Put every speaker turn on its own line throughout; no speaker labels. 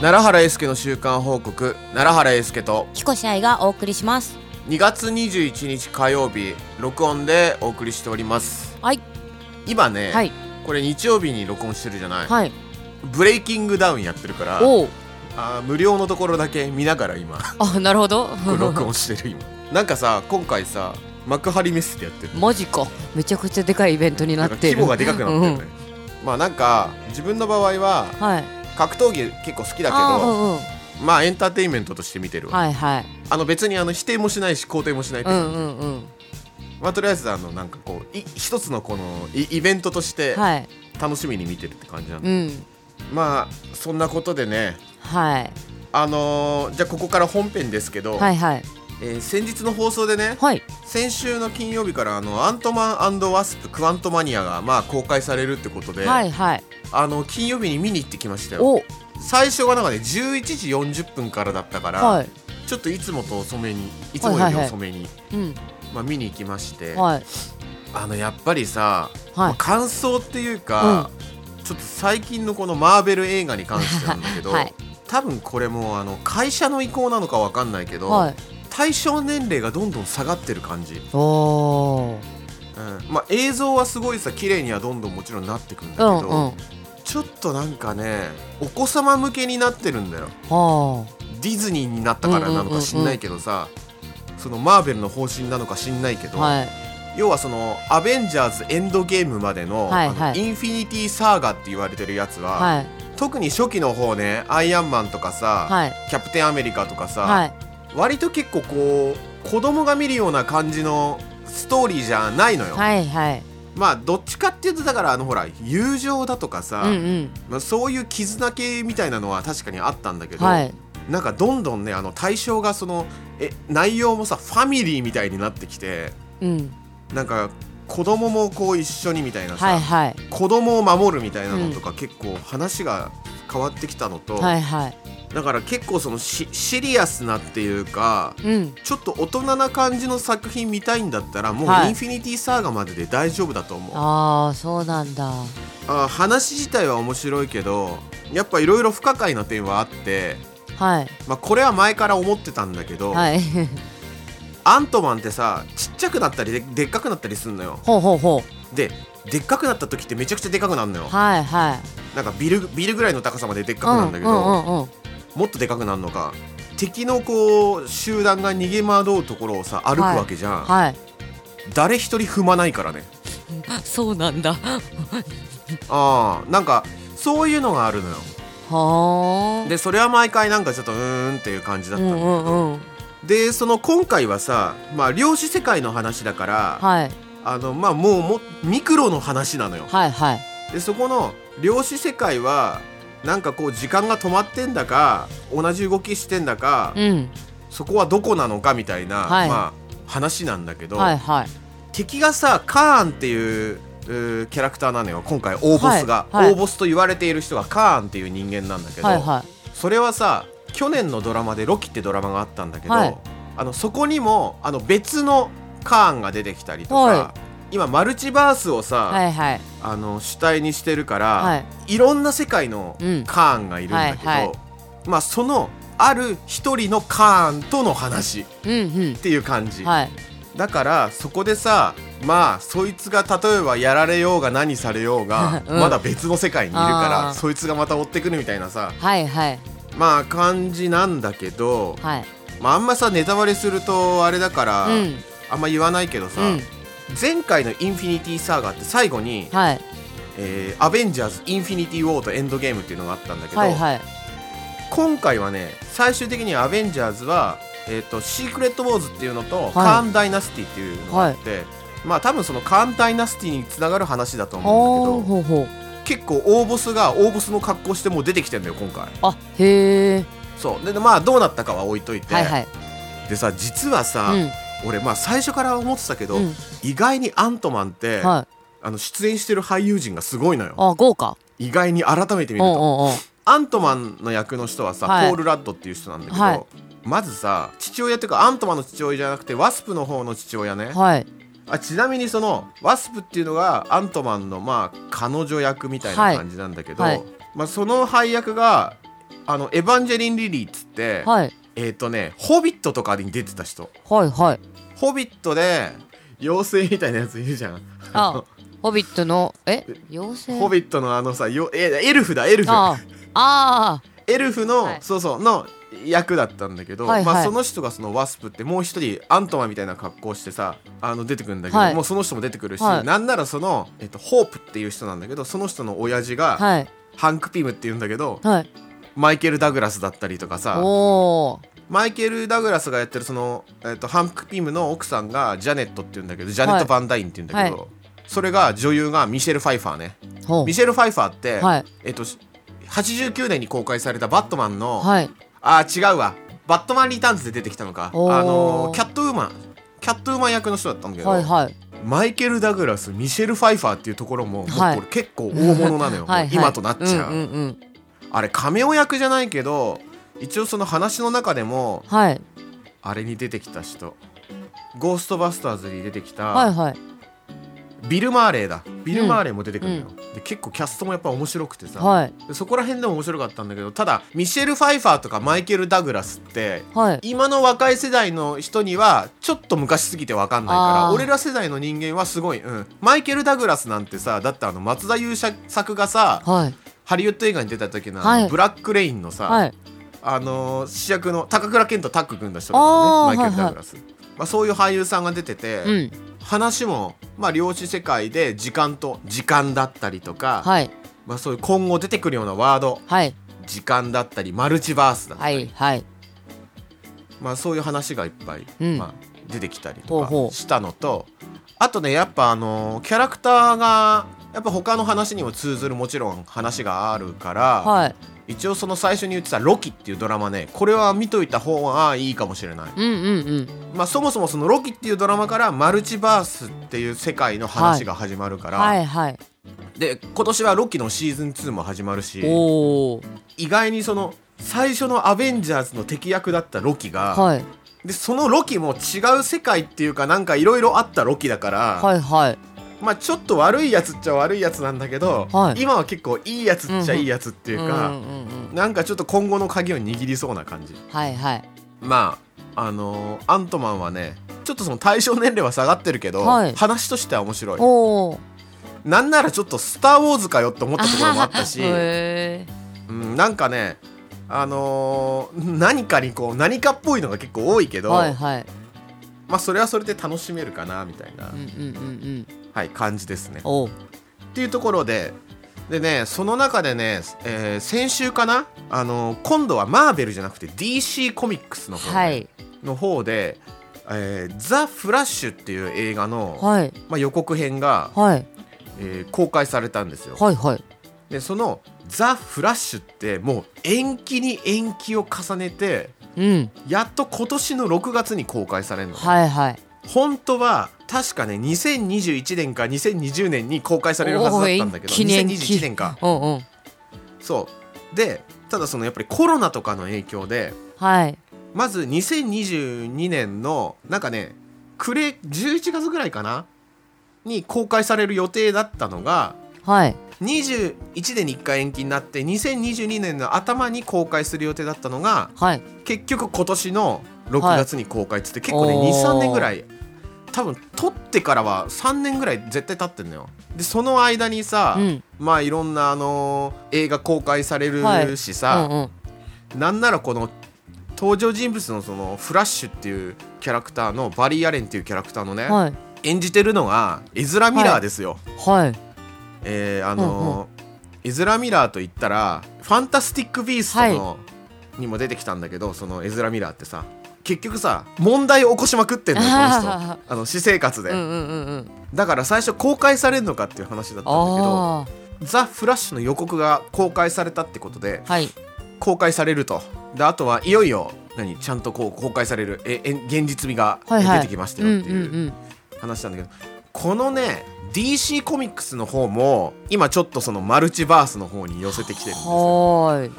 奈良原英介の週間報告奈良原英介と
彦試合がお送りします
2月21日火曜日録音でお送りしております
はい
今ね、
はい
これ日曜日に録音してるじゃない、
はい
ブレイキングダウンやってるから
おお
あー無料のところだけ見ながら 今
あなるほど
これ録音してる今なんかさ今回さ幕張メッセでやってる
マジかめちゃくちゃでかいイベントにな
な
っ
んか
て
規
る
模がでかくなってるよね、まあなんか自分の場合は
はい
格闘技結構好きだけ
あー
ど
うんうん
まあエンターテインメントとして見てるわ、
はいはい
あの別にあの否定もしないし肯定もしないと
う
いうか
んうんうん
まあとりあえずあのなんかこうい一つのこのイイベントとして
はい
楽しみに見てるって感じなの、
うん
まあそんなことでね
はい
あのーじゃあここから本編ですけど、
はいはい
えー先日の放送でね
はい
先週の金曜日からあのアントマンワスプクワントマニアがまあ公開されるってことで、
はいはい
あの金曜日に見に行ってきましたよ
お
最初がなんかね11時40分からだったから、
はい
ちょっといつもと遅めにいつもより遅めに、
うん
まあ、見に行きまして、
はい
あのやっぱりさま
は
あ感想っていうか、ちょっと最近のこのマーベル映画に関してなんだけど、
はい
多分これもあの会社の意向なのかわかんないけ
い
ど、
はい
対象年齢がどんどん下がってる感じ、
おお
うんまあ、映像はすごいさ綺麗にはどんどんもちろんなってくんだけ
うん
ど、
うん
ちょっとなんかねお子様向けになってるんだよ
は
ディズニーになったからなのか知んないけどさ、そのマーベルの方針なのか知んないけ
あ
ど、
はい
要はその「アベンジャーズ・エンドゲーム」までの,、
はいはい
あのインフィニティ・サーガって言われてるやつは、
はい
特に初期の方ねアイアンマンとかさ、
はい
キャプテン・アメリカとかさ、
はい
割と結構こう子供が見るような感じのストーリーじゃないのよ、
はいはい
まあどっちかっていうとだからあのほら友情だとかさ、
うんうん
まあ、そういう絆系みたいなのは確かにあったんだけど、
はい
なんかどんどんねあの対象がそのえ内容もさファミリーみたいになってきて
うん
なんか子供もこう一緒にみたいなさ、
はいはい
子供を守るみたいなのとか、結構話が変わってきたのと、
はいはい
だから結構そのシシリアスなっていうか
うん
ちょっと大人な感じの作品見たいんだったらもう
はい
インフィニティサーガまでで大丈夫だと思う、
ああそうなんだ
あ話自体は面白いけどやっぱいろいろ不可解な点はあって、
はい
まあ、これは前から思ってたんだけど、
はい
アントマンってさちっちゃくなったりででっかくなったりすんのよ
ほうほうほう
ででっかくなった時ってめちゃくちゃでっかくなるのよ
はいはい
なんかビルビルぐらいの高さまででっかくなるんだけど、
うんうんうんうん
もっとでかくなるのか敵のこう集団が逃げ惑うところをさ歩くわけじゃん、
はい
誰一人踏まないからね
そうなんだ
ああなんかそういうのがあるのよ
はあ
でそれは毎回なんかちょっとうーんっていう感じだっ
う
た
ん
の、
うんうん
でその今回はさまあ量子世界の話だから、
はい
あのまあもうもミクロの話なのよ
はいはい
でそこの量子世界はなんかこう時間が止まってんだか同じ動きしてんだか、
うん
そこはどこなのかみたいな、
はい
まあ、話なんだけど、
はいはい
敵がさカーンっていううーキャラクターなのよ今回大ボスが、
はいはい
大ボスと言われている人がカーンっていう人間なんだけど、
はいは
それはさ去年のドラマで「ロキ」ってドラマがあったんだけど、
はい
あのそこにもあの別のカーンが出てきたりとか、
は
今マルチバースをさ、
いはいはい
あの主体にしてるから、
はい
い、ろんな世界の
うん
カーンがいるんだけど、
はいは
まあそのある一人のカーンとの話っ
うん
ていう感
う
じ、
んはい、
だからそこでさまあそいつが例えばやられようが何されようが
うん
まだ別の世界にいるか
あー
らそいつがまた追ってくるみたいなさ
はいはい
まあ感じなんだけど、
はい
まああんまさネタバレするとあれだから、
うん
あんま言わないけどさ、
うん
前回の「インフィニティサーガ」って最後に、
はい
えーアベンジャーズ・インフィニティ・ウォーとエンドゲームっていうのがあったんだけど、
はいはい
今回はね最終的にアベンジャーズは、えー、とシークレット・ウォーズっていうのと、
い
カーン・ダイナスティっていうのがあって、まあ多分そのカーン・ダイナスティにつながる話だと思
お
うん
ー
だけど
ほうほう
結構大ボスが大ボスの格好してもう出てきてんだよ今回
あへえ
そうででまあどうなったかは置いといて、
はいはい
でさ実はさ、
う
俺まあ最初から思ってたけど、
んうん
意外にアントマンって、
はい
あの出演してる俳優陣がすごいのよ
あ豪華
意外に改めて見
う
る
んう
と。
んうん
アントマンの役の人はさ、
はい
ポール・ラッドっていう人なんだけど、
はい
まずさ父親っていうかアントマンの父親じゃなくてワスプの方の父親ね
はい
あちなみにそのワスプっていうのがアントマンのまあ彼女役みたいな感じなんだけど、
はいはい
まあ、その配役があのエヴァンジェリン・リリーっつって、
はい
えっ、とね「ホビット」とかに出てた人
はいはい
「ホビット」で妖精みたいなやついるじゃん
あホビットのえ妖精
ホビットのあのさよえエルフだエルフ
あああ
エルフの、
はい
そうそうの役だったんだけど、
はいはい
まあ、その人がそのワスプってもう一人アントマンみたいな格好してさあの出てくるんだけど、
はい
もうその人も出てくるし、
はい
なんならその、えっと、ホープっていう人なんだけどその人の親父が、
あはい
ハンク・ピムっていうんだけど
はい
マイケル・ダグラスだったりとかさ
おお
マイケル・ダグラスがやってるその、えっと、ハンク・ピムの奥さんがジャネットっていうんだけどジャネッ
は
ト・
い
バンダインっていうんだけど、
は
それが女優がミシェル・ファイファーね。
ほ
ミシェル・ファイファーって、
はい
えっと89年に公開されたバットマンの、
はい
あー違うわバットマンリターンズで出てきたのかあ
おー
のーキャットウーマンキャットウーマン役の人だったんだけど、
はいはい
マイケル・ダグラスミシェル・ファイファーっていうところも,、
はい
もうこれ結構大物なのよ
はいはい
もう今となっちゃう,、
うんうんうん
あれカメオ役じゃないけど一応その話の中でも
はい
あれに出てきた人ゴーストバスターズに出てきた、
はいはい
ビル・マーレーだビル・マーレーも出てくるのよ、で結構キャストもやっぱ面白くてさ、
はい
でそこら辺でも面白かったんだけどただミシェル・ファイファーとかマイケル・ダグラスって
はい
今の若い世代の人にはちょっと昔すぎて分かんないから
あー
俺ら世代の人間はすごい、うん、マイケル・ダグラスなんてさだってあの松田優作がさ
はい
ハリウッド映画に出た時の,、
はい
ブラック・レインのさ、
はい
あのー主役の高倉健とタッグ組んだ人だ
あー
からねマイケル・
はいは
ダ
い
グラス、まあ、そういう俳優さんが出てて、
うん
話も、まあ、量子世界で時間と時間だったりとか、
はい
まあ、そういう今後出てくるようなワード
はい
時間だったりマルチバースだった
は
り、
いはい
まあ、そういう話がいっぱい、
うん
まあ、出てきたりとか
ほうほう
したのとあとねやっぱあのーキャラクターがやっぱ他の話にも通ずるもちろん話があるから、
はい
一応その最初に言ってた「ロキ」っていうドラマねこれは見といた方がいいかもしれない、
うんうんうん
まあ、そもそもその「ロキ」っていうドラマからマルチバースっていう世界の話が始まるから、
はいはい
で今年は「ロキ」のシーズン2も始まるし
おお
意外にその最初の「アベンジャーズ」の敵役だったロキが、
はい
でそのロキも違う世界っていうかなんかいろいろあったロキだから、
はいはい
まあちょっと悪いやつっちゃ悪いやつなんだけど、
はい
今は結構いいやつっちゃいいやつっていうか、
うんうんうん
なんかちょっと今後の鍵を握りそうな感じ
はいはい
まああのーアントマンはねちょっとその対象年齢は下がってるけど、
はい
話としては面白い
おお
なんならちょっと「スター・ウォーズ」かよって思ったところもあった し、
へ
うん、なんかねあのー何かにこう何かっぽいのが結構多いけ
ー
ど、
はいはい
まあそれはそれで楽しめるかなみたいな、
うんうんうんうん
はい、感じですね。
おお
っていうところででねその中でね、えー先週かな、あのー今度はマーベルじゃなくて DC コミックスの方,、
はい
の方で「えーザ・フラッシュ」っていう映画の、
はい
まあ、予告編が、
はい
えー公開されたんですよ。
はいはい
でその「ザ・フラッシュ」ってもう延期に延期を重ねて
うん
やっと今年の6月に公開されるの。
はいはい
本当は確かね2021年か2020年に公開されるはずだったんだけど
おー延期延期
2021年か
うんうん
そうでただそのやっぱりコロナとかの影響で
はい
まず2022年のなんかね暮れ11月ぐらいかなに公開される予定だったのが
はい
21年に1回延期になって2022年の頭に公開する予定だったのが
はい
結局今年の6月に公開っつって、結構ね
おー
23年ぐらい多分撮ってからは3年ぐらい絶対経ってんのよでその間にさ、
うん
まあいろんな、あのー映画公開され
はい
るし
う
さ、
んうん
なんならこの登場人物のそのフラッシュっていうキャラクターのバリー・アレンっていうキャラクターのね、
はい
演じてるのがエズラ・ミラーですよ、
はい
えーあのーエズラ・ミラーといったら「ファンタスティック・ビーストの」にも出てきたんだけどそのエズラ・ミラーってさ結局さ問題を起こしまくってんのよこの人あの私生活で、
うんうんうんうん
だから最初公開されるのかっていう話だったんだけど
あ
「ザ・フラッシュ」の予告が公開されたってことで
あはい
公開されるとであとはいよいよ何ちゃんとこう公開されるええ現実味がえ
はいはい
出てきました
う
よ
ん
っ
うん
ていう
うん
話なんだけどこのね DC コミックスの方も今ちょっとそのマルチバースの方に寄せてきてるんですよ
はーい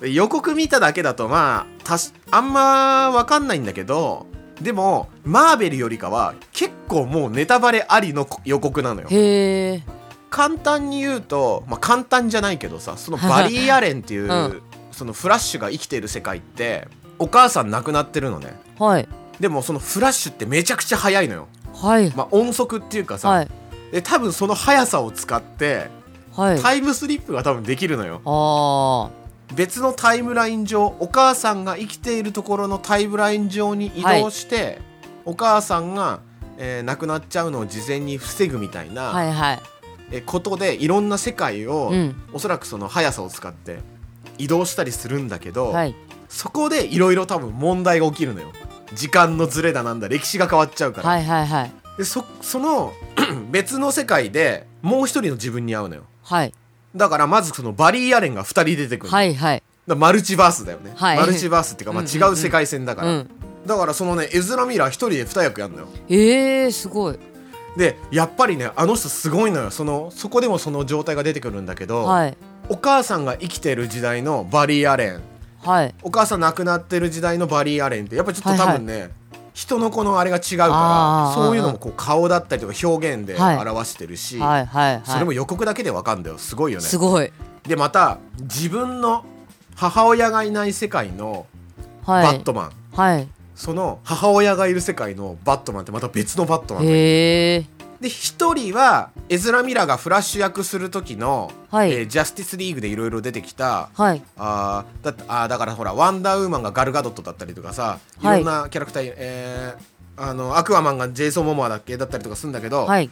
で予告見ただけだとまあたしあんま分かんないんだけどでもマーベルよりかは結構もうネタバレありの予告なのよ
へえ
簡単に言うと、まあ、簡単じゃないけどさそのバリー・アレンってい
うん
うそのフラッシュが生きている世界ってお母さん亡くなってるのね
はい
でもそのフラッシュってめちゃくちゃ速いのよ、
はい
まあ、音速っていうかさ、
はい
で多分その速さを使って
はい
タイムスリップが多分できるのよ
あ
別のタイムライン上お母さんが生きているところのタイムライン上に移動して、お母さんが、えー亡くなっちゃうのを事前に防ぐみたいな、
あはいはい
えーことでいろんな世界を、
うん
おそらくその速さを使って移動したりするんだけど、
はい
そこでいろいろ多分問題が起きるのよ時間のズレだなんだ歴史が変わっちゃうから、
はいはいはい
でそ その別の世界でもう一人の自分に会うのよ
はい
だからまずそのバリー・アレンが2人出てくるの、
はいはい
だからマルチバースだよね、
はい
マルチバースっていうか、ま
うんうん
あ、違う世界線だから、
うん
だからそのねエズラ・ミラー1人で2役やるのよ
えー、すごい
でやっぱりねあの人すごいのよそのそこでもその状態が出てくるんだけど、
はい
お母さんが生きてる時代のバリー・アレン
はい
お母さん亡くなってる時代のバリー・アレンってやっぱりちょっと多分ね、人のこのあれが違うか
あー
らそういうのもこう顔だったりとか表現で
はい
表してるし、
はいはい
それも
は
予告だけでわかんだよすごいよ
い
ね
すごい
でまた自分の母親がいない世界の
は
バッ
い
トマン、
はい
その母親がいる世界のバットマンってまた別のバットマン
へえ
で一人はエズラ・ミラーがフラッシュ役する時の、
はい
えージャスティスリーグでいろいろ出てきた
はい
あーだっあーだからほらワンダーウーマンがガルガドットだったりとかさい
はい
ろんなキャラクター、えーあのアクアマンがジェイソン・モモアだっけだったりとかするんだけど、
はい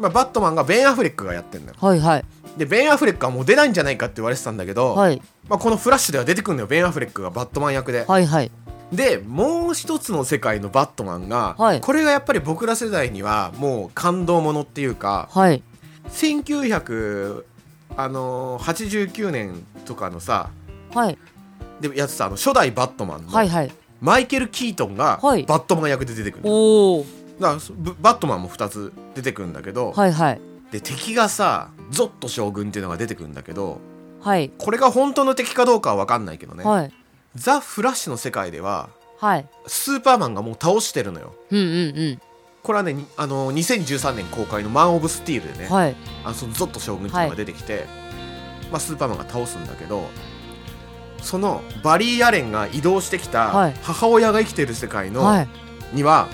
まあ、バットマンがベン・アフレックがやってんのよ
はいはい
でベン・アフレックはもう出ないんじゃないかって言われてたんだけど、
はい
まあ、この「フラッシュ」では出てくるのよベン・アフレックがバットマン役で、
はいはい
でもう一つの世界のバットマンが、
はい
これがやっぱり僕ら世代にはもう感動ものっていうか
はい
1989年とかのさ
はい
でやつさあの初代バットマンの
はいはい
マイケル・キートンがバ
はい
ットマン役で出てくる、
おお
だからそぶバットマンも2つ出てくるんだけど、
はいはい
で敵がさゾット将軍っていうのが出てくるんだけど
はい
これが本当の敵かどうかは分かんないけどね、
はい
ザ・フラッシュの世界では
はい
スーパーマンがもう倒してるのよ
うんうんうん
これはねにあの2013年公開の「マン・オブ・スティール」でね、
はい
あのそのゾッと将軍っていうのが出てきて、まあ、スーパーマンが倒すんだけどそのバリー・アレンが移動してき
は
た
い
母親が生きてる世界の、
はい
には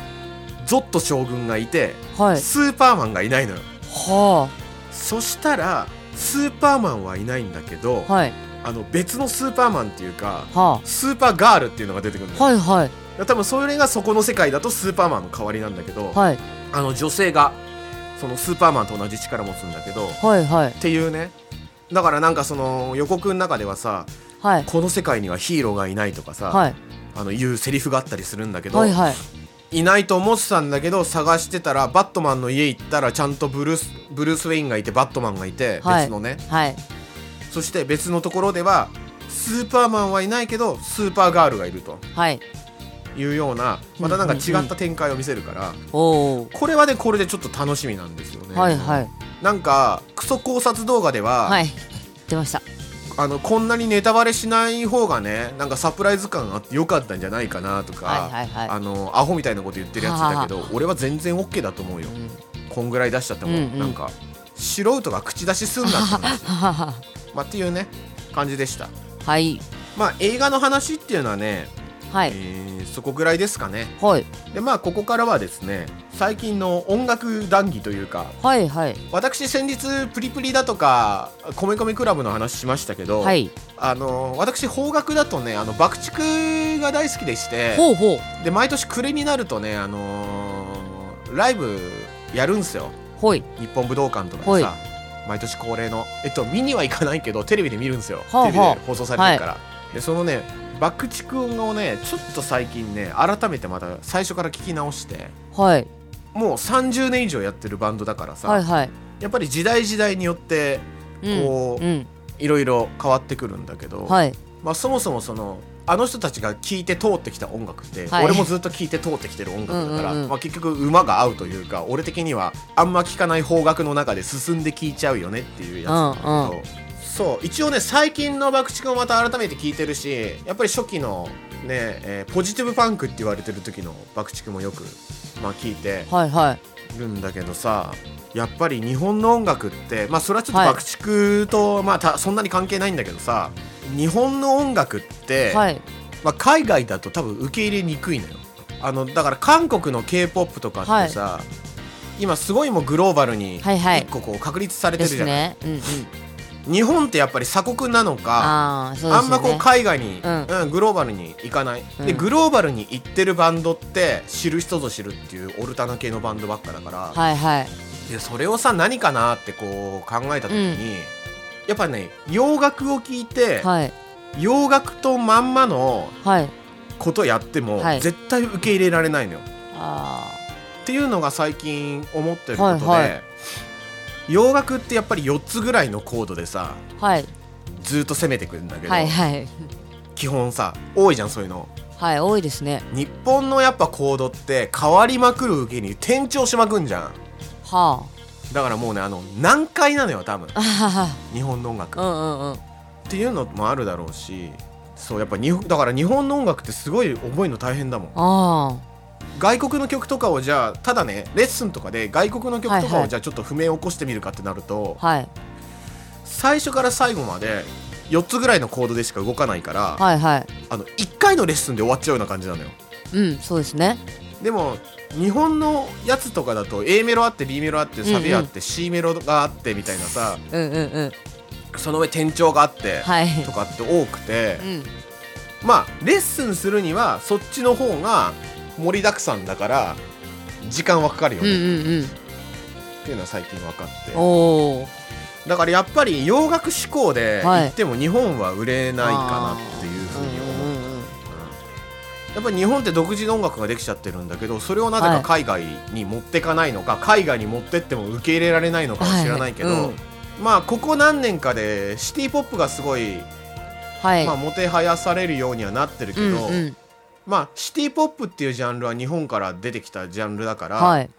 ゾッと将軍がいて、
はい
スーパーマンがいないのよ
は
そしたらスーパーマンはいないんだけど、
あはい
あの別のスーパーマンっていうか
は
スーパーガールっていうのが出てくるのよ
あ、はいはい
多分それがそこの世界だとスーパーマンの代わりなんだけど、
はい
あの女性がそのスーパーマンと同じ力持つんだけどっ
はいはい
ていうねだからなんかその予告の中ではさ
はい
この世界にはヒーローがいないとかさ、
はい
あのいうセリフがあったりするんだけど、
はいはい
いないと思ってたんだけど探してたらバットマンの家行ったらちゃんとブルースブルース・ウェインがいてバットマンがいて、
はい
別のね
はい
そして別のところではスーパーマンはいないけどスーパーガールがいると
はい
いうようなまたなんか違った展開を見せるから、
おお
これはねこれでちょっと楽しみなんですよね。
はいはい
なんかクソ考察動画では、
はい出ました
あのこんなにネタバレしない方がねなんかサプライズ感あってよかったんじゃないかなとか、
はいはいはい
あのアホみたいなこと言ってるやつだけど俺は全然 OK だと思うよ、
ん
こんぐらい出しちゃっても、
うんうん
なんか素人が口出しすんなって話、
はは
まあ、っていうね感じでした
はい
まあ映画の話っていうのはね、
は
え
い
ーそこぐらいですかね
はい
でまあここからはですね最近の音楽談義というか
はいはい
私先日プリプリだとかコメコメクラブの話しましたけど、
はい
あの私邦楽だとねあの爆竹が大好きでして
ほうほう
で毎年暮れになるとねあのーライブやるんすよ
ほい
日本武道館とか
は
で
い
さ毎年恒例のえっと見には行かないけどテレビで見るんですよ、
はあはあ
テレビで放送されてるから、でそのね爆竹音をねちょっと最近ね改めてまた最初から聞き直して
はい
もう30年以上やってるバンドだからさ、
はいはい
やっぱり時代時代によって
うん
こう
うん
いろいろ変わってくるんだけど、
はい
まあ、そもそもそのあの人たちが聴いて通ってきた音楽って、
はい
俺もずっと聴いて通ってきてる音楽だから、
うんうんうん
まあ、結局馬が合うというか俺的にはあんま聴かない方角の中で進んで聴いちゃうよねっていうやつなんだけど、そう一応ね最近の爆竹もまた改めて聴いてるしやっぱり初期の、ねえーポジティブパンクって言われてる時の爆竹もよく、まあ、聴いて
はいはい
るんだけどさやっぱり日本の音楽ってまあそれはちょっと
はい
爆竹と、まあたそんなに関係ないんだけどさ日本の音楽って、
はい
まあ、海外だと多分受け入れにくいのよあのだから韓国の k p o p とかってさ、今すごいもうグローバルに
はいはい
一個こう確立されてる
で
じ
す
ゃない、
ねうんうん
日本ってやっぱり鎖国なのか
ああそうで
あ
すよ
んま
ね
こう海外に、う
うんん
グローバルに行かない、
うん
でグローバルに行ってるバンドって知る人ぞ知るっていうオルタナ系のバンドばっかだから、
はいはい
でそれをさ何かなってこう考えた時に、やっぱね洋楽を聴いて、
はい
洋楽とまんまの
はい
ことやっても、
はい
絶対受け入れられないのよ。
あ
っていうのが最近思ってることで、
はいはい
洋楽ってやっぱり4つぐらいのコードでさ
あはい
ずっと攻めてくるんだけど、
はいはい
基本さ多いじゃんそういうの。
はい多いですね
日本のやっぱコードって変わりまくるうけに転調しまくんじゃん
は
だからもうねあの難解なのよ多分
ああ はは
日本の音楽
う
っ
んうんうん
ていうのもあるだろうしそうやっぱ日本だから日本の音楽ってすごい覚えるの大変だもん
あ
外国の曲とかをじゃあただねレッスンとかで外国の曲と
は
か
いは
を
い
じゃあちょっと譜面を起こしてみるかってなると、
あはい
最初から最後まで4つぐらいのコードでしか動かないから、
はいはい
あの1回のレッスンで終わっちゃうような感じなのよ
うんそうですね
でも日本のやつとかだと A メロあって B メロあってサビあって C メロがあってみたいなさ、
うんうんうん
その上転調があって
はい
とかって多くて、
うん
まあレッスンするにはそっちの方が盛りだくさんだから時間はかかるよ
うん
ね、
うんうん
っていうのは最近分かって
おお
だからやっぱり洋楽志向で
はい
言っても日本は売れないかなっていうふうに思う、やっぱり日本って独自の音楽ができちゃってるんだけどそれをなぜか海外に持ってかないのか、海外に持ってっても受け入れられないのかは知らないけど、
はいうん
まあここ何年かでシティ・ポップがすごい、
はい
まあ、もてはやされるようにはなってるけ
う
ど、
んうん
まあシティ・ポップっていうジャンルは日本から出てきたジャンルだから、
はい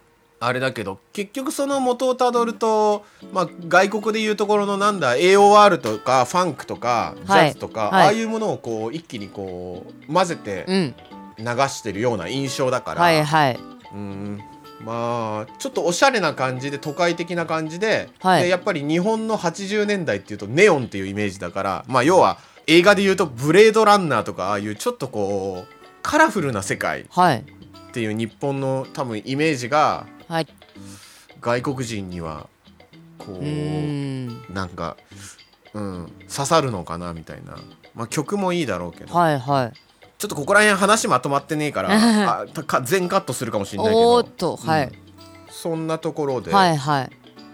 あれだけど結局その元をたどると、まあ、外国でいうところのなんだ AOR とかファンクとかジ
はい
ャズとか、
はい
ああいうものをこう一気にこう混ぜて
うん
流してるような印象だから、
はいはい
うんまあちょっとおしゃれな感じで都会的な感じで,、
はい
でやっぱり日本の80年代っていうとネオンっていうイメージだから、まあ、要は映画でいうと「ブレードランナー」とかああいうちょっとこうカラフルな世界
は
っ
い
ていう日本の多分イメージが
はい
外国人にはこ
う
う
ーん
なんか、うん、刺さるのかなみたいな、まあ、曲もいいだろうけど、
はいはい
ちょっとここら辺話まとまってね えからあたか全カットするかもしれないけ
お
ど
ーっとは
うん
い
そんなところで、
はいはい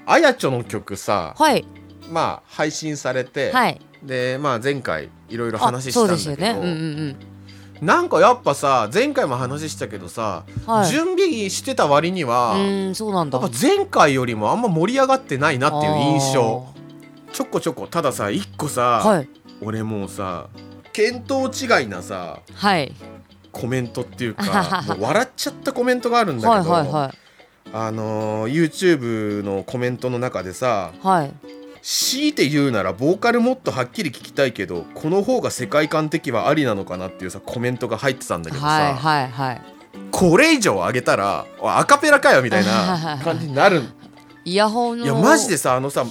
あやちょの曲さ、
はい
まあ、配信されて、
はい
で、まあ、前回いろいろ
あ
話したん
そう
だ
ですよ
けど、
ねうんうん
なんかやっぱさ前回も話したけどさ、
うんはい
準備してた割には、
うーんそうなんだ
やっぱ前回よりもあんま盛り上がってないなっていう印象
あ
ちょこちょこたださ一個さ、
ーはい
俺もうさ見当違いなさ
はい
コメントっていう かもう笑っちゃったコメントがあるんだ
はい
けど、
はいは
あのー YouTube のコメントの中でさ
いはい
強いて言うならボーカルもっとはっきり聞きたいけどこの方が世界観的はありなのかなっていうさコメントが入ってたんだけどさ、
はいはいはい
これ以上上げたらおいアカペラかよみたい な感じになる
イヤホンの
いやマジでさあのさ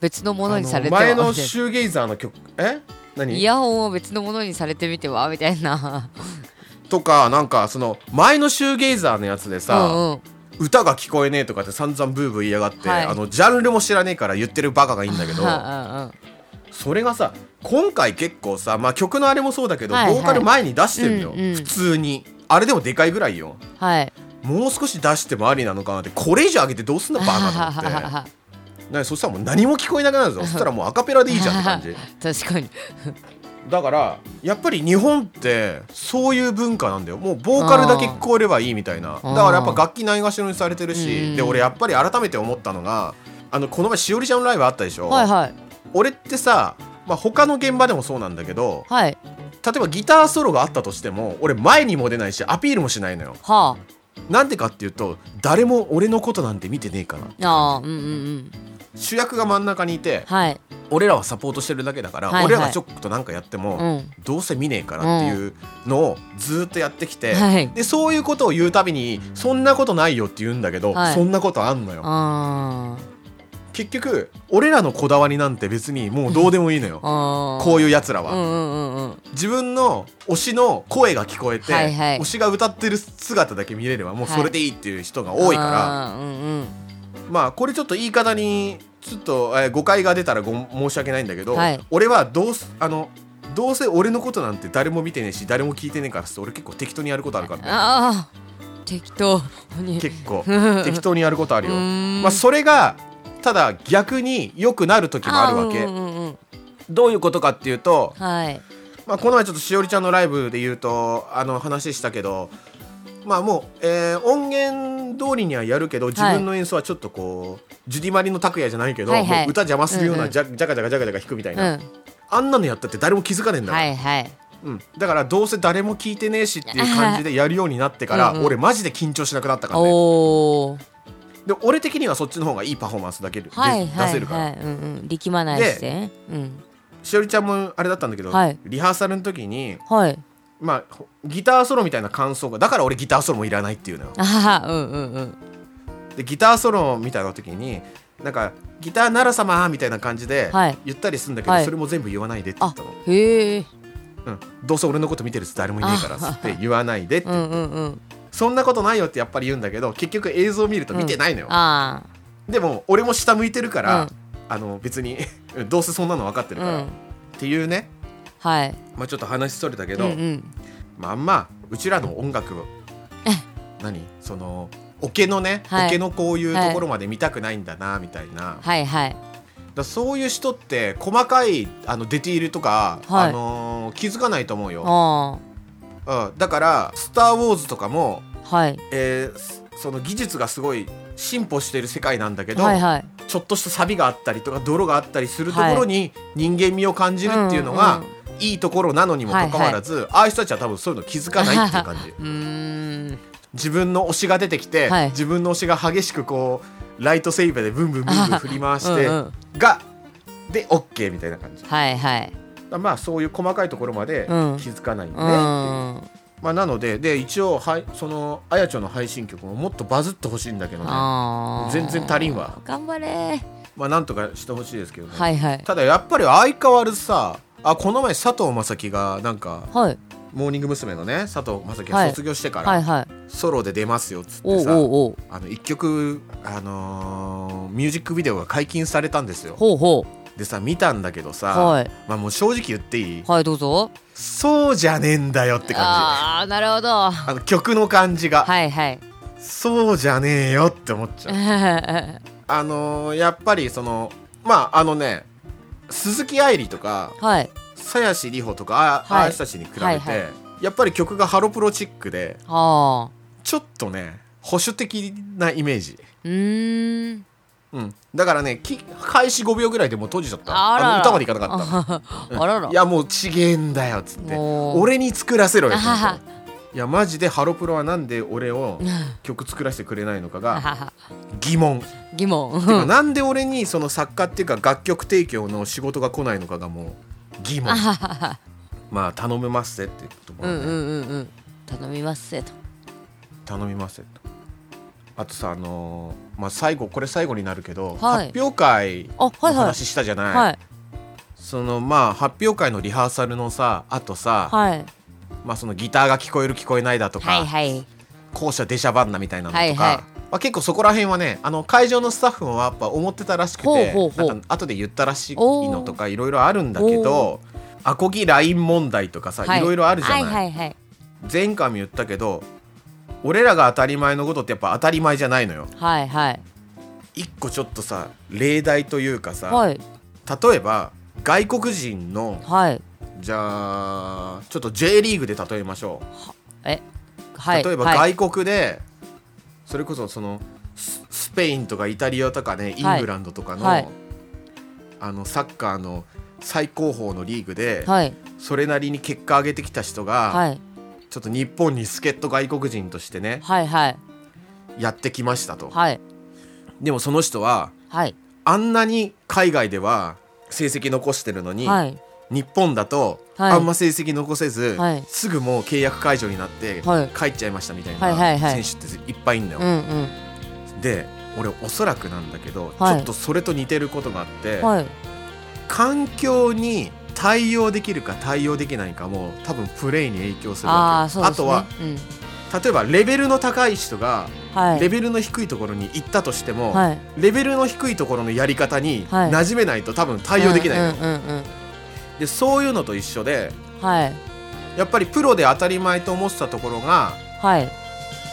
別のものにさ
あの
れては
前の
みたいな
シューゲイザーの曲え何
イヤホンを別のものにされてみてはみたいな
とかなんかその前のシューゲイザーのやつでさ、
うんうん
歌が聞こえねえとかって散々ブーブー言いやがって、
はい
あのジャンルも知らねえから言ってるバカがいいんだけど
は
それがさ今回結構さ、まあ、曲のあれもそうだけど、
はいはい
ボーカル前に出してるのよ、
うんうん
普通にあれでもでかいぐらいよ
いはい
もう少し出してもありなのかなってこれ以上上げてどうすんだバカと思 って
は
なそしたらもう何も聞こえなくなるぞそしたらもうアカペラでいいじゃんって感じ
確かに
だからやっぱり日本ってそういう文化なんだよもうボーカルだけ聞こえればいいみたいなだ
ー
からやっぱ楽器ないがしろにされてる
う
し
ん
で俺やっぱり改めて思ったのがあのこの前しおりちゃんのライブあったでしょ、
はいはい
俺ってさ、まあ、他の現場でもそうなんだけど
はい
例えばギターソロがあったとしても俺前にも出ないしアピールもしないのよ
は
なんでかっていうと誰も俺のことなんて見てねえから
あああうんうんうん
主役が真ん中にいて
はい
俺らはサポートしてるだけだから、
はいはい
俺らがちょっとなんかやっても、
うん
どうせ見ねえからっていうのをずっとやってきて、
はい
でそういうことを言うたびにそんなことないよって言うんだけど、
はい
そんなことあんのよ
あ
結局俺らのこだわりなんて別にもうどうでもいいのよ
あー
こういうやつらは、
うんうんうんうん
自分の推しの声が聞こえて、
はいはい
推しが歌ってる姿だけ見れればもうそれでいいっていう人が多いから、
あーうんうん
まあこれちょっと言い方にちょっと、えー誤解が出たらご申し訳ないんだけど、
はい
俺はどうすあのどうせ俺のことなんて誰も見てねえし誰も聞いてねえからっつって俺結構適当にやることあるからね
ああ適当に
結 構
適
適当にやることあるよ
うーん
まあそれがただ逆に良くなる時もあるわけ
うんうんうん
どういうことかっていうと、
はい
まあ、この前ちょっとしおりちゃんのライブで言うとあの話したけどまあもう、えー音源通りにはやるけど自分の演奏はちょっとこう、ジュディ・マリの拓也じゃないけど、
はいはい
もう歌邪魔するよう
うん
な
うん
じゃ,、じゃかじゃかじゃかじゃか弾くみたいな、
う
あんなのやったって誰も気づかねえん
ん
だから、
はいはい
うん、だからどうせ誰も聞いてねえしっていう感じでやるようになってから、
うんうん
俺マジで緊張しなくなったからね
おお
で俺的にはそっちの方がいいパフォーマンスだけで、
はい
出
は
せ
い
るから、
はいうんうん力まないしてうん
しおりちゃんもあれだったんだけど、
はい
リハーサルの時に
はい
まあギターソロみたいな感想がだから俺ギターソロもいらないっていうのよ
あははうんうんうん
でギターソロみたいな時になんかギター奈良様みたいな感じで
はい
言ったりするんだけど、
はい
それも全部言わないでって言っ
あ
たの、
へえ
うん、どうせ俺のこと見てるやつ誰もいないからっつって言わないでって
うんうんうん
そんなことないよってやっぱり言うんだけど結局映像を見ると見てないのよ、
あ
でも俺も下向いてるから、
うん
あの別に どうせそんなの分かって
あ
る
う
から、っ
ん
ていうね、
はい
まあ、ちょっと話それたけ
う
ど、
んうん
まああんまうちらの音楽を何その桶のね、
はい
桶のこういうところまで見たくないんだなみたいな、だか
はいはい
らそういう人って細かいあのディティールとか、
はい
あのー気づかないと思うよ、
あ
うん、だから「スター・ウォーズ」とかも、
あはい
えーすその技術がすごい進歩してる世界なんだけど、
はいはい
ちょっとしたサビがあったりとか泥があったりするところに人間味を感じるっていうのが、
うんうん
いいところなのにもかかわらず、ああいう人たちは多分そういうの気づかないっていう感じ
うーん
自分の推しが出てきて、
はい
自分の推しが激しくこうライトセイバーでブンブンブンブン振り回して
うんうん
がで OK みたいな感じ
はいはい
まあそういう細かいところまで気
うん
づかないよね、
うんあ
まあ、なのでで一応はいそのあやちょの配信曲ももっとバズってほしいんだけどね
あー
全然足りんわ
頑張れ
まあなんとかしてほしいですけどね、
はいはい
ただやっぱり相変わらずさあこの前佐藤正樹がなんか
はい
モーニング娘。のね佐藤正樹が卒業してから、
はいはい
ソロで出ますよっつって
おう
さ
おうおう
あの1曲、あのーミュージックビデオが解禁されたんですよ
ほうほ
でさ見たんだけど
う
さ、
はい
まあ、もう正直言っていい
はいどうぞ
そうじゃねえんだよって感
ああなるほどは
じあの曲の感じが、
いはい
そうじゃねえよって思っちゃうあのーやっぱりそのまああのね鈴木愛理とか
はい
鞘師里穂とかあ,、
は
あ
い
あいう人たちに比べて、
はいはい
やっぱり曲がハロプロチックで
ああ
ちょっとね保守的なイメージ
うーん
うん、だからねき開始5秒ぐらいでもう閉じちゃった
あらら
の歌までいかなかったうん
あらら
いやもうちげえんだよっつって
もう
俺に作らせろよ
あははい
やマジでハロプロはなんで俺を曲作らせてくれないのか
あ
が
はは
疑問て
疑 問
かなんで俺にその作家っていうか楽曲提供の仕事が来ないのかがもう疑問
あはは
まあ頼めますぜってとこ
う
ろ
ん
ね
うんうんうん頼みますせと
頼みますぜとあとさあのーまあ最後これ最後になるけど、
はい
発表会
あは
の
いはい
話したじゃない
はい
そのまあ発表会のリハーサルのさあとさ、
はい
まあ、そのギターが聞こえる聞こえないだとか、
はいはい
校舎出しゃばんなみたいなのとか、
はいはい
まあ、結構そこら辺はねあの会場のスタッフもやっぱ思ってたらしくて
ほうほうほう
なんか後で言ったらしいのとかいろいろあるんだけどアコギライン問題とかさ、
はい
いろいろあるじゃない、
はいはいはい
前回も言ったけど俺らが当たり前のことってやっぱ当たり前じゃないのよ
はいはい
一個ちょっとさ例題というかさ、
はい
例えば外国人の
はい
じゃあちょっと J リーグで例えましょう、
えはい
例えば
はい
外国で、それこそそのススペインとかイタリアとかねイングランドとかの,、
はい
あのサッカーの最高峰のリーグで、
はい
それなりに結果上げてきた人が、
はい
ちょっと日本に助っ人外国人としてね
はいはい
やってきましたと、
はい
でもその人は
はい
あんなに海外では成績残してるのに、
はい
日本だと、
はい
あんま成績残せず、
はい
すぐもう契約解除になって、
はい
帰っちゃいましたみたい
はいはい
な
はい
選手っていっぱいいんだよ。
うんうん
で俺おそらくなんだけど、
はい
ちょっとそれと似てることがあって、
はい
環境に対応できるか対応できないかも多分プレイに影響する
あ
わ
あ
け
そ
よ
うで
あ
す
と
ね
は
うん
例えばレベルの高い人が
はい
レベルの低いところに行ったとしても、
はい
レベルの低いところのやり方に
はい
馴染めないと多分対応できないのよ、
うんうんうんうん
でそういうのと一緒で
はい
やっぱりプロで当たり前と思ってたところが
はい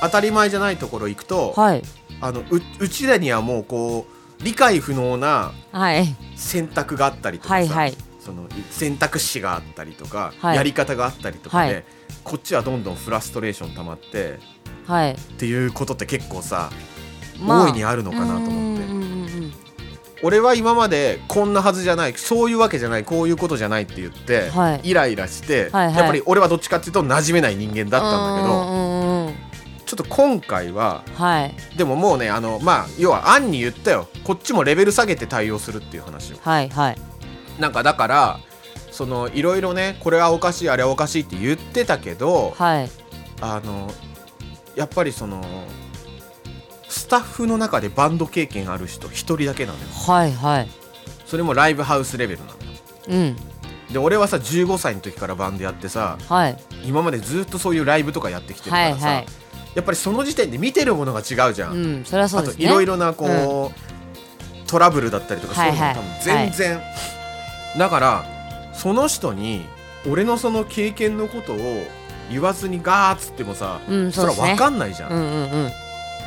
当たり前じゃないところ行くと、
はい
あのううちらにはもうこう理解不能な
はい
選択があったりとかさ、
はいはい
その選択肢があったりとか、
はい
やり方があったりとかで、
はい
こっちはどんどんフラストレーション溜まって
はい
っていうことって結構さ、
まあ
大いにあるのかなと思って
うんうんうんうん
俺は今までこんなはずじゃないそういうわけじゃないこういうことじゃないって言って、
はい
イライラして、
はいはい
やっぱり俺はどっちかっていうと馴染めない人間だったんだけ
う
ど
んうんうん
ちょっと今回は
はい
でももうねあのまあ要は案に言ったよこっちもレベル下げて対応するっていう話を
はいはい
なんかだからそのいろいろねこれはおかしいあれはおかしいって言ってたけど
はい
あのやっぱりそのスタッフの中でバンド経験ある人一人だけなのよ
はいはい
それもライブハウスレベルなのよ
うん
で俺はさ15歳の時からバンドやってさ
はい
今までずっとそういうライブとかやってきてるか
は
ら
い
さ、
はい
やっぱりその時点で見てるものが違うじゃん、
うんそれはそう
あ
で
と
す
い
ね
ろいろなこう、トラブルだったりとかそういうのも
はいはい
多分全然、だからその人に俺のその経験のことを言わずにガーッつってもさ、
うん
そ
そう
れ
で
は
すね
分かんないじゃん、
うんうんうん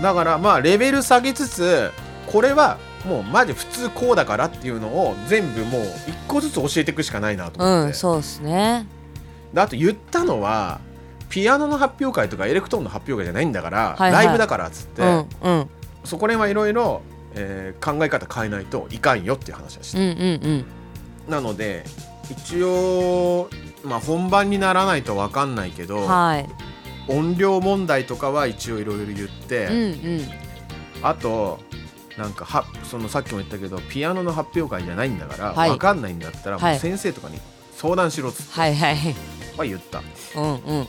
だからまあレベル下げつつこれはもうマジ普通こうだからっていうのを全部もう一個ずつ教えていくしかないなと思って、
うんそうですね
であと言ったのはピアノの発表会とかエレクトーンの発表会じゃないんだから、
はいはい
ライブだからっつって、
うんうん
そこら辺はいろいろえー考え方変えないといかんよっていう話でし
うん
た、
うん
なので一応、まあ、本番にならないと分かんないけど
うんはい
音量問題とかは一応いろいろ言って、
うんうん
あとなんかはそのさっきも言ったけどピアノの発表会じゃないんだから、
はい
分かんないんだったら、
はい
もう先生とかに相談しろっつって
はいはい
は言った、
うんうん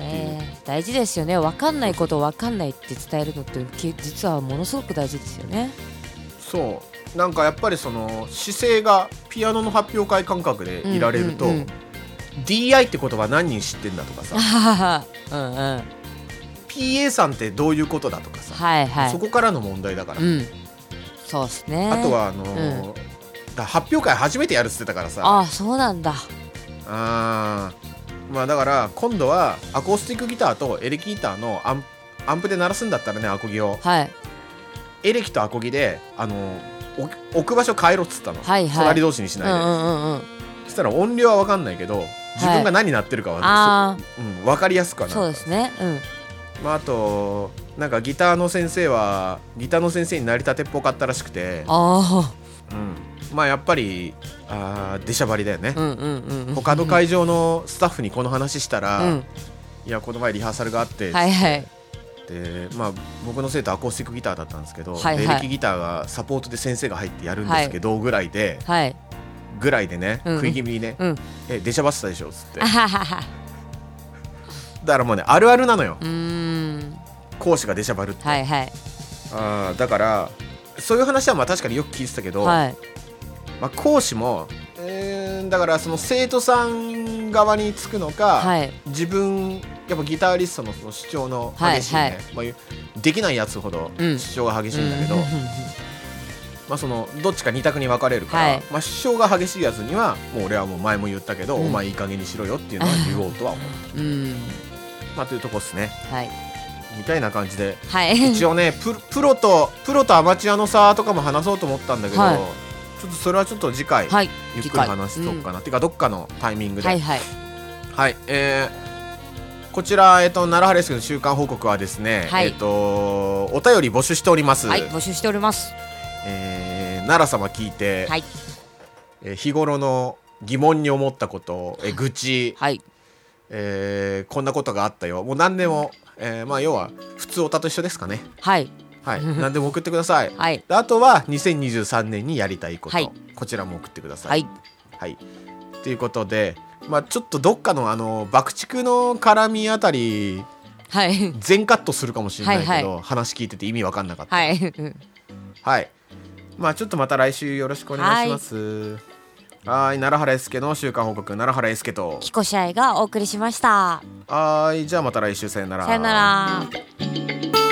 えー大事ですよね分かんないことを分かんないって伝えるのってき実はものすごく大事ですよね
そうなんかやっぱりその姿勢がピアノの発表会感覚でいられると、
うんうんうん
DI って言葉何人知ってんだとかさ
あははうんうん
PA さんってどういうことだとかさ、
はいはい
そこからの問題だから、
うんそうですね
あとはあのーだから発表会初めてやるっつってたからさ
ああそうなんだ
あーまあだから今度はアコースティックギターとエレキギターのアンアンプで鳴らすんだったらねアコギを
はい
エレキとアコギであのーお置く場所変えろっつったの、
はいはい
隣同士にし
う
なんいで、
うんうんうん
そしたら音量は分かんないけど自分が何鳴ってるかは、
あ
そうん、分かりやすくは
あ
な
そうですねうん
まあ、あとなんかギターの先生はギターの先生になりたてっぽかったらしくて、
あ
うん、まあやっぱりあー出しゃばりだよね
あ、うんうんうんうん
他の会場のスタッフにこの話したら、
うん
いやこの前リハーサルがあって、
はいはい
でまあ、僕の生徒アコースティックギターだったんですけど、
はいはい
エレキギターがサポートで先生が入ってやるんですけど、ぐらいで
はい
ぐらいでね、
うん
食い気味にね、
うん
え出しゃばってたでしょっつって
あ
だ
ははは
からもうねあるあるなのよ
うーん
講師が出しゃばるって、
はいはい
あーだからそういう話はまあ確かによく聞いてたけど、
はい
まあ、講師も、えーだからその生徒さん側につくのか、
はい
自分やっぱギタリストのその主張の激しいね、
はいはい
まあいう、できないやつほど
うん
主張が激しいんだけど、
うん
まあ、そのどっちか二択に分かれるから、
はい
まあ、主張が激しいやつにはもう俺はもう前も言ったけど、
うん
お前いい加減にしろよっていうのは言おうとは思う、
うんうんうん
まあ、というとこっすね
はい
みたいな感じで
はい
一応ねプロプロとプロとアマチュアの差とかも話そうと思ったんだけど、
はい
ちょっとそれはちょっと次回、
はい
ゆっくり話しとくかな、てかどっかのタイミングで
は
はいい、
はい
えーこちら、えっと奈良原ですけど週間報告はですね、
はい
えっとお便り募集しております、
はい募集しております
えー奈良様聞いて、
はい
えー日頃の疑問に思ったこと、えー愚痴、
はい
えーこんなことがあったよもう何でも、えーまあ要は普通おたと一緒ですかね
はい
はい何でも送ってください、
はい
であとは2023年にやりたいこと、
はい
こちらも送ってください
はい
はい。ということで、まあ、ちょっとどっかのあの爆竹の絡みあたり
はい
全カットするかもしれないけど、
はいは
話聞いてて意味わかんなかった
はいうん
はいまあちょっとまた来週よろしくお願いしますはーい奈良原英介の週間報告奈良原英介と
キコシャイがお送りしました
はーいじゃあまた来週さよなら
さよなら